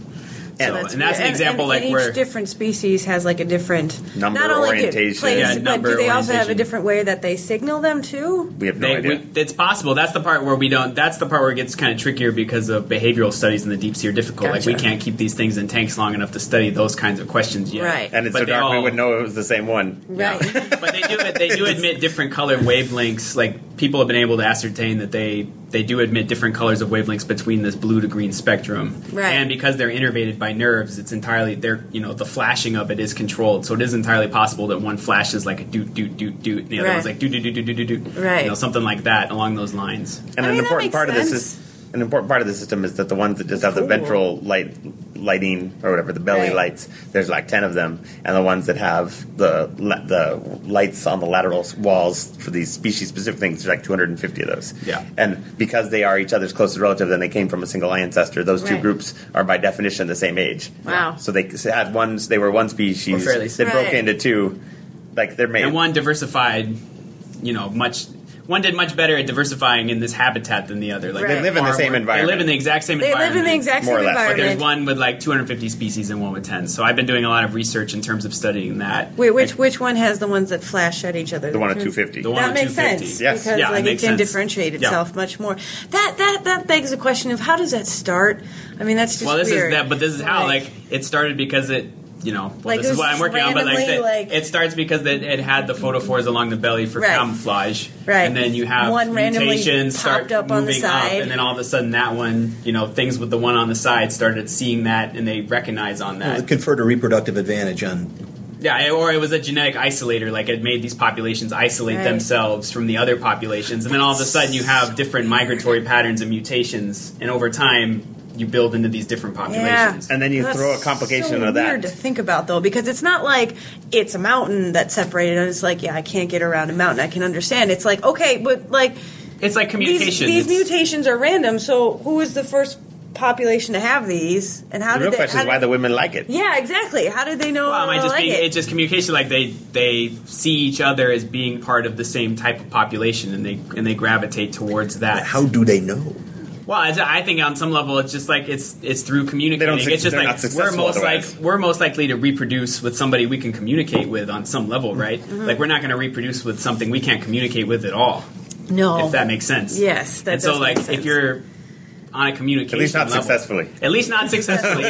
And- So- and that's an example and, like and where each different species has like a different Number not only orientation. Place, Yeah, but number do they also have a orientation. different way that they signal them too? we have no They- idea. we- it's possible. That's the part where we don't. That's the part where it gets kind of trickier because of behavioral studies in the deep sea are difficult. Like we Gotcha. can't keep these things in tanks long enough to study those kinds of questions yet. Right. and it's But so they dark we all- wouldn't know it was the same one. Right. [LAUGHS] but they do. They do admit different color wavelengths. Like people have been able to ascertain that they they do admit different colors of wavelengths between this blue to green spectrum. Right. And because they're innervated by nerves, it's entirely they're you know the flashing of it is controlled. So it is entirely possible that one flashes like a doot doot doot doot, and the other Right. one's like doot doot doot doot doot doot. Right. You know something like that along those lines. And I mean, an that important makes part of this sense. is an important part of the system is that the ones that just have Cool. the ventral light lighting or whatever the belly Right. lights, there's like ten of them, and the ones that have the la- the lights on the lateral s- walls for these species specific things, there's like 250 of those. Yeah. And because they are each other's closest relative, and they came from a single ancestor, those two Right. groups are by definition the same age. Wow. So they s- had one. They were one species. Or fairly They broke Right. into two. Like they're made. and one diversified you know much one did much better at diversifying in this habitat than the other like Right. they live in the far same more- environment. they live in the exact same They environment live in the exact same More or less. But but there's environment. one with like 250 species and one with 10 so i've been doing a lot of research in terms of studying that Wait, which which one has the ones that flash at each other? the one at 250. The one- That at makes 250. sense Yes. because Yeah, it like it makes can sense. differentiate Yeah. itself much more. That that that begs the question of how does that start? I mean, that's just well this weird. is that but this is how like it started because it you know well, Like, it this was is what i'm just working on but like, randomly, the- like- it starts because it, it had the photophores along the belly for Right. camouflage Right. and then you have One randomly mutations popped start up on the moving side. up and then all of a sudden that one you know things with the one on the side started seeing that and they recognize on that It conferred a reproductive advantage on yeah, I- or it was a genetic isolator. Like it made these populations isolate Right. themselves from the other populations, and then all of a sudden you have different migratory patterns and mutations, and over time you build into these different populations. And then you That's throw a complication so of that. Weird to think about though, because it's not like it's a mountain that's separated. And it's like, yeah, I can't get around a mountain. I can understand. It's like, okay, but like It's like these, communication. these It's- mutations are random. So who was the first population to have these, and how The did real they? question how is why did- the women like it. yeah, exactly. How did they know? Well, am I I just like being? it? It's just communication. Like they they see each other as being part of the same type of population, and they and they gravitate towards that. How do they know? Well, I, I think on some level, it's just like it's it's through communicating. They don't- it's just they're like not we're successful most like otherwise. we're most likely to reproduce with somebody we can communicate with on some level, Mm-hmm. right? Mm-hmm. Like we're not going to reproduce with something we can't communicate with at all, no. if that makes sense. Yes, that and so does like make sense. if you're on a communication, At least not level- successfully. At least not successfully.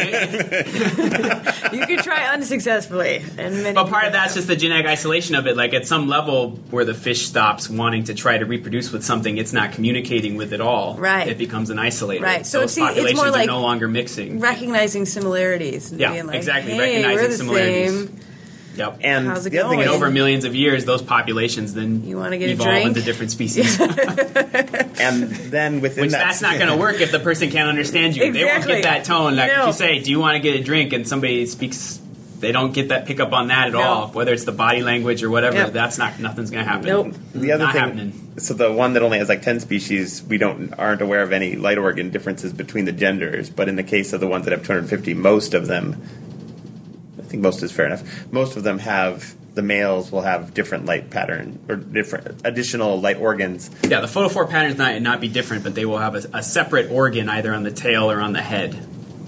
[LAUGHS] you could try unsuccessfully, and many But part of that's just the genetic isolation of it. Like at some level, where the fish stops wanting to try to reproduce with something, it's not communicating with at all. Right. It becomes an isolator. Right. So Those it's- it's more populations are like- no longer mixing. recognizing similarities. And Yeah, being like, exactly, Hey, recognizing we're the similarities. Same. Yep. And How's it the other thing going? and is, over millions of years, those populations then You wanna get a evolve drink? into different [LAUGHS] species. and then within Which that, that's not going to work if the person can't understand you. They won't Exactly. get that tone. Like if No. you say, "Do you want to get a drink?" and somebody speaks. They don't get that pick up on that at No. all. Whether it's the body language or whatever, Yep. that's not nothing's going to happen. Nope. The other not thing, happening. so the one that only has like ten species, we don't aren't aware of any light organ differences between the genders. But in the case of the ones that have 250, most of them, I think most is fair enough. Most of them have the males will have different light pattern or different additional light organs. Yeah, the photophore patterns not not be different, but they will have a, a separate organ either on the tail or on the head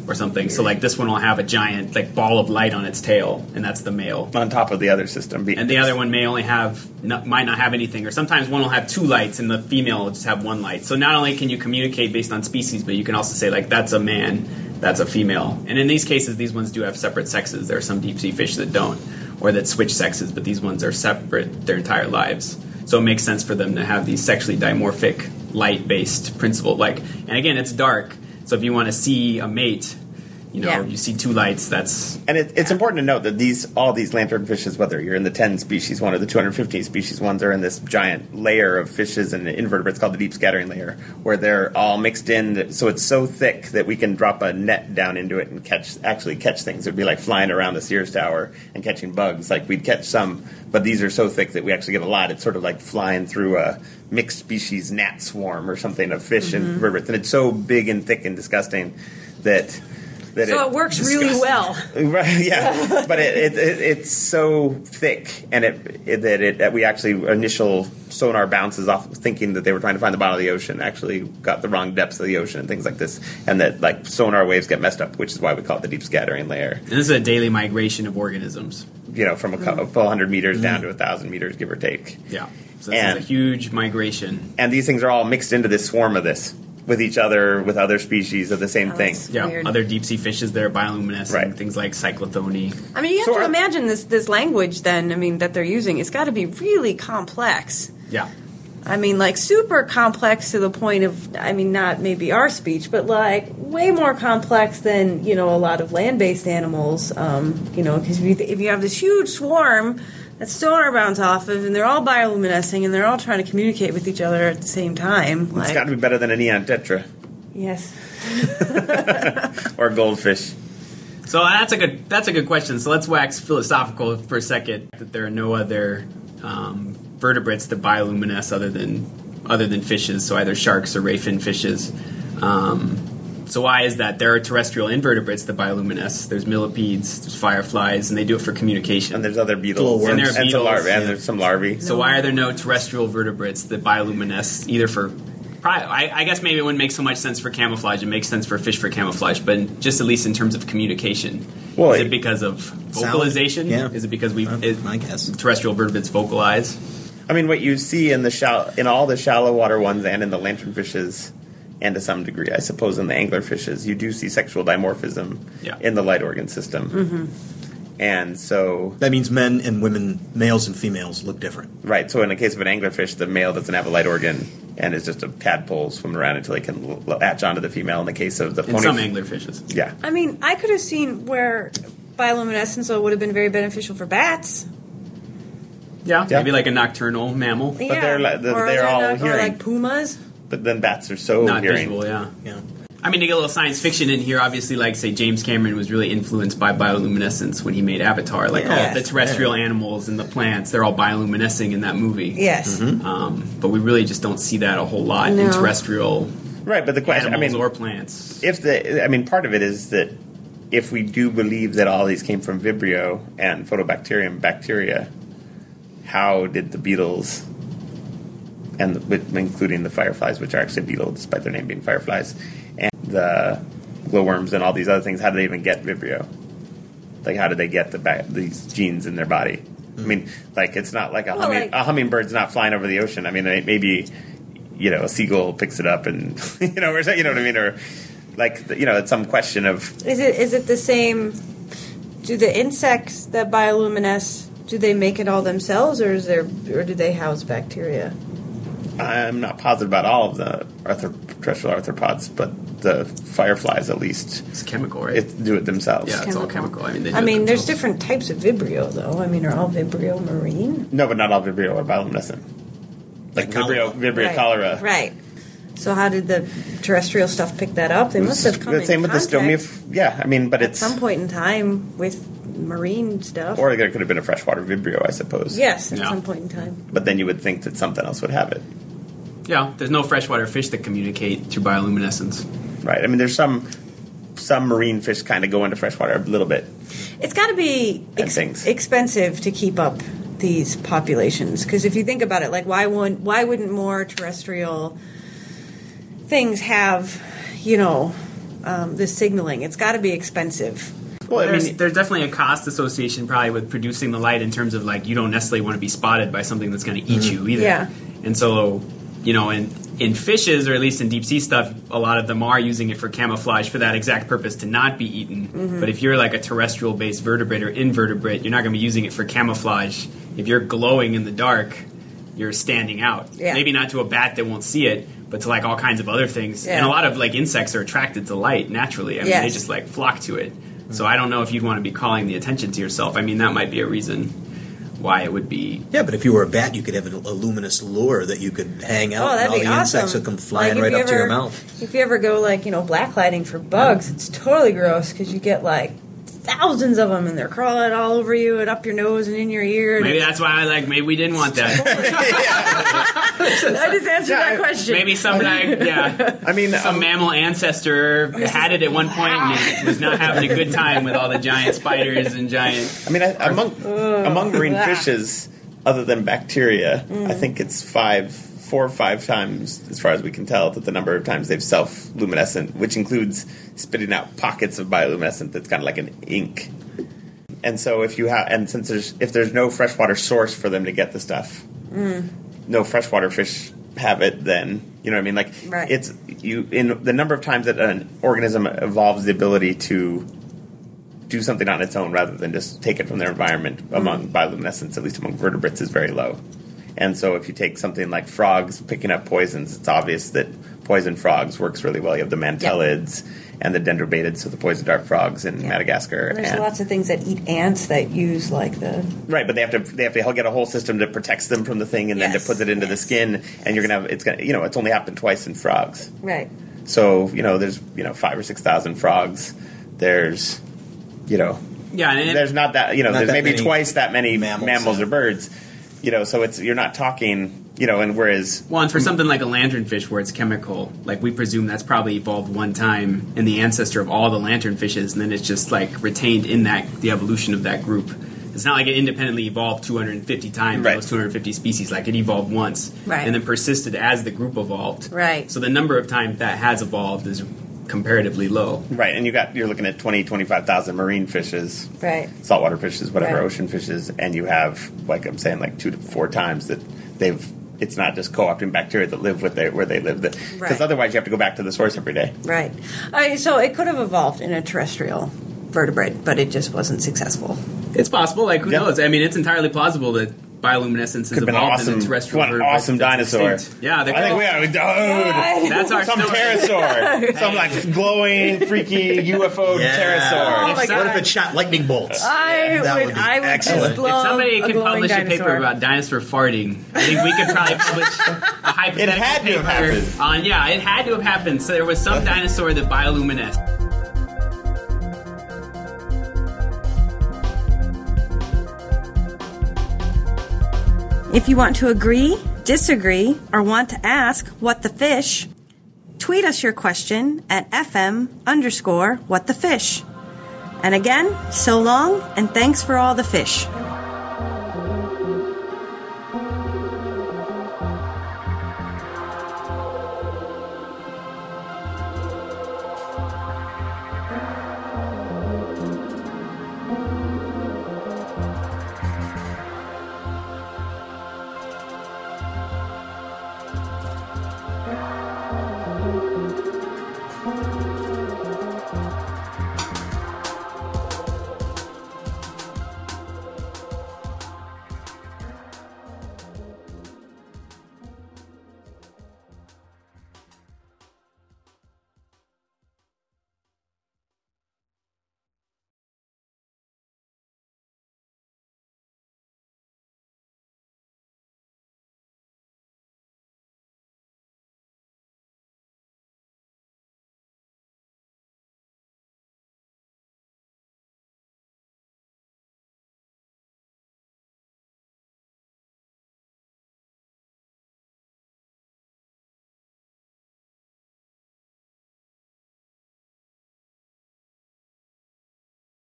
or something. So like this one will have a giant like ball of light on its tail, and that's the male. On top of the other system, Be- And the other one may only have not, might not have anything, or sometimes one will have two lights, and the female will just have one light. So not only can you communicate based on species, but you can also say like that's a man, that's a female. And in these cases, these ones do have separate sexes. There are some deep sea fish that don't, or that switch sexes, but these ones are separate their entire lives. So it makes sense for them to have these sexually dimorphic light based principle. Like, and again, it's dark, so if you want to see a mate, you know, Yeah. you see two lights. That's And it, it's important to note that these all these lantern fishes, whether you're in the 10 species one or the 215 species ones, are in this giant layer of fishes and invertebrates called the deep scattering layer, where they're all mixed in. So it's so thick that we can drop a net down into it and catch actually catch things. It'd be like flying around the Sears Tower and catching bugs. Like we'd catch some, but these are so thick that we actually get a lot. It's sort of like flying through a mixed species gnat swarm or something of fish and Mm-hmm. invertebrates, and it's so big and thick and disgusting that. That [LAUGHS] So it works really well. [LAUGHS] Right, yeah, but it, it, it it's so thick, and it, it that it that we actually initial sonar bounces off thinking that they were trying to find the bottom of the ocean, actually got the wrong depths of the ocean and things like this, and that like sonar waves get messed up, which is why we call it the deep scattering layer. and this is a daily migration of organisms. You know, from a Mm. couple hundred meters down to a thousand meters, give or take. Yeah. So this And- is a huge migration. And these things are all mixed into this swarm of this with each other, with other species of the same Oh, thing. that's- Yeah, Weird. other deep sea fishes that are bioluminescent, Right. things like cyclothony. I mean, you have So to are- imagine this this language. Then, I mean, that they're using it's got to be really complex. Yeah. I mean, like super complex to the point of, I mean, not maybe our speech, but like way more complex than you know a lot of land based animals. Um, you know, because if you, if you have this huge swarm that sonar bounds off of, and they're all bioluminescing, and they're all trying to communicate with each other at the same time, like It's got to be better than a neon tetra yes, or a goldfish. So that's a good that's a good question. So let's wax philosophical for a second. That there are no other um, vertebrates that bioluminesce other than other than fishes, so either sharks or rayfin fishes. Um, so why is that? There are terrestrial invertebrates that bioluminesce. There's millipedes, there's fireflies, and they do it for communication. And there's other beetles. Glowworms. And, And there are some beetles, larvae. And yeah. there's some larvae. So why are there no terrestrial vertebrates that bioluminesce either for? pri- I, I guess maybe it wouldn't make so much sense for camouflage. It makes sense for fish for camouflage, but just at least in terms of communication, Well, is it- it because of vocalization? Yeah. Is it because we? Uh, is- I guess. terrestrial vertebrates vocalize. I mean, what you see in the shall- in all the shallow water ones and in the lanternfishes, and to some degree, I suppose, in the anglerfishes, you do see sexual dimorphism Yeah. in the light organ system. And so, That means men and women, males and females, look different. right. So, in the case of an anglerfish, the male doesn't have a light organ and is just a tadpole swimming around until he can l- l- latch onto the female. In the case of the In pony, some anglerfishes, yeah, I mean, I could have seen where bioluminescent, so it would have been very beneficial for bats. Yeah, Yeah. maybe like a nocturnal mammal. yeah. they're like- they're- or they're all not- Or hearing. like pumas. But then bats are so Not hearing. visual, yeah. Yeah. I mean, to get a little science fiction in here, obviously, like, say, James Cameron was really influenced by bioluminescence when he made Avatar. Like, Yeah. all the terrestrial animals and the plants, they're all bioluminescing in that movie. Mm-hmm. Yes. Um, but we really just don't see that a whole lot in No. terrestrial Right, but the question, I animals mean, or plants. if the, I mean, part of it is that if we do believe that all these came from Vibrio and Photobacterium bacteria, how did the beetles, and the, with, including the fireflies, which are actually beetles despite their name being fireflies, and the glowworms and all these other things, how did they even get Vibrio? Like, how did they get the ba- these genes in their body? I mean, like it's not like a Well, humming, like- a hummingbird's not flying over the ocean. I mean, it- maybe you know a seagull picks it up and [LAUGHS] you know or something, you know what I mean or like you know it's some question of Is it is it the same? Do the insects that bioluminesce? Do they make it all themselves, or is there, or do they house bacteria? I'm not positive about all of the arthro- terrestrial arthropods, but the fireflies at least It's chemical, right? it do it themselves. yeah, it's all chemical. I mean, they do I it mean, there's themselves. different types of Vibrio, though. I mean, are all Vibrio marine? No, but not all Vibrio are bioluminescent. Like Vibrio, Vibrio right. cholera. Right. So how did the terrestrial stuff pick that up? They must have come the in same with the contact stomia. Yeah, I mean, but at it's some point in time with marine stuff. or there could have been a freshwater Vibrio, I suppose. yes, at Yeah. some point in time. But then you would think that something else would have it, Yeah, there's no freshwater fish that communicate through bioluminescence. right? I mean, there's some some marine fish kind of go into freshwater a little bit. It's got to be And ex- things. expensive to keep up these populations because if you think about it, like why wouldn't why wouldn't more terrestrial things have, you know, um, this signaling? It's got to be expensive. Well, I there's, mean, there's definitely a cost association probably with producing the light in terms of like you don't necessarily want to be spotted by something that's going to Mm-hmm. eat you either. Yeah. And so, you know, in in fishes or at least in deep sea stuff, a lot of them are using it for camouflage for that exact purpose to not be eaten. Mm-hmm. But if you're like a terrestrial based vertebrate or invertebrate, you're not going to be using it for camouflage. If you're glowing in the dark, you're standing out. Yeah. Maybe not to a bat that won't see it, but to like all kinds of other things. Yeah. And a lot of like insects are attracted to light naturally. I mean, they Yes. just like flock to it. So I don't know if you'd want to be calling the attention to yourself. I mean, that might be a reason why it would be. Yeah, but if you were a bat, you could have an, a luminous lure that you could hang out, Oh, and that'd all be the awesome. insects would come Like, flying if right you up to your ever- mouth. If you ever go like you know blacklighting for bugs, it's totally gross because you get like thousands of them and they're crawling all over you and up your nose and in your ear. And Maybe that's why I like. Maybe we didn't want that. I just answered Yeah, I- that question. Maybe some like yeah, I mean, some um, mammal ancestor had it at one point and was not having a good time with all the giant spiders and giant. I mean, I, among among marine blah. fishes, other than bacteria, I think it's five, four or five times, as far as we can tell, that the number of times they've self luminescent, which includes spitting out pockets of bioluminescent that's kind of like an ink. And so, if you have, and since there's if there's no freshwater source for them to get the stuff, no freshwater fish have it then you know what i mean like Right. it's you in the number of times that an organism evolves the ability to do something on its own rather than just take it from their environment Mm-hmm. among bioluminescence at least among vertebrates is very low and so if you take something like frogs picking up poisons it's obvious that poison frogs works really well you have the mantellids and the dendrobatid so the poison dart frogs in Yeah. madagascar There's and- lots of things that eat ants that use like the Right, but they have to they have to get a whole system that protects them from the thing, and then Yes, to put it into the yes, skin, and you're gonna have it's gonna you know it's only happened twice in frogs. right. So you know there's you know five or six thousand frogs. There's you know Yeah, and it- there's not that you know Not there's that maybe many twice that many mammals, mammals, yeah. or birds. You know, so it's you're not talking you know, and whereas Well, and for something like a lanternfish where it's chemical, like we presume that's probably evolved one time and the ancestor of all the lanternfishes, and then it's just like retained in that the evolution of that group. It's not like it independently evolved 250 times Right. those 250 species. Like it evolved once, Right. and then persisted as the group evolved. Right. So the number of times that has evolved is comparatively low. right, and you got you're looking at 20, 25,000 marine fishes, Right. saltwater fishes, whatever Right. ocean fishes, and you have like I'm saying, like two to four times that they've. It's not just co-opting bacteria that live with they, where they live, because Right. otherwise you have to go back to the source every day. Right. All right. So it could have evolved in a terrestrial vertebrate, but it just wasn't successful. It's possible. Like who Yeah. knows? I mean, it's entirely plausible that bioluminescence is Could've been involved awesome. in its What restoration. an awesome dinosaur! Yeah, I think we are. Dude, That's our some story. pterosaur, [LAUGHS] some like glowing, freaky UFO Yeah. Oh pterosaur. my If God. What if it shot lightning bolts? I that would, would be I would excellent. just If love If somebody a could glowing publish dinosaur. a paper about dinosaur farting, I think we could probably publish a [LAUGHS] hypothetical It had to paper have happened. on yeah, it had to have happened. So there was some dinosaur that bioluminesced. If you want to agree, disagree, or want to ask what the fish, tweet us your question at FM underscore what the fish. And again, so long and thanks for all the fish.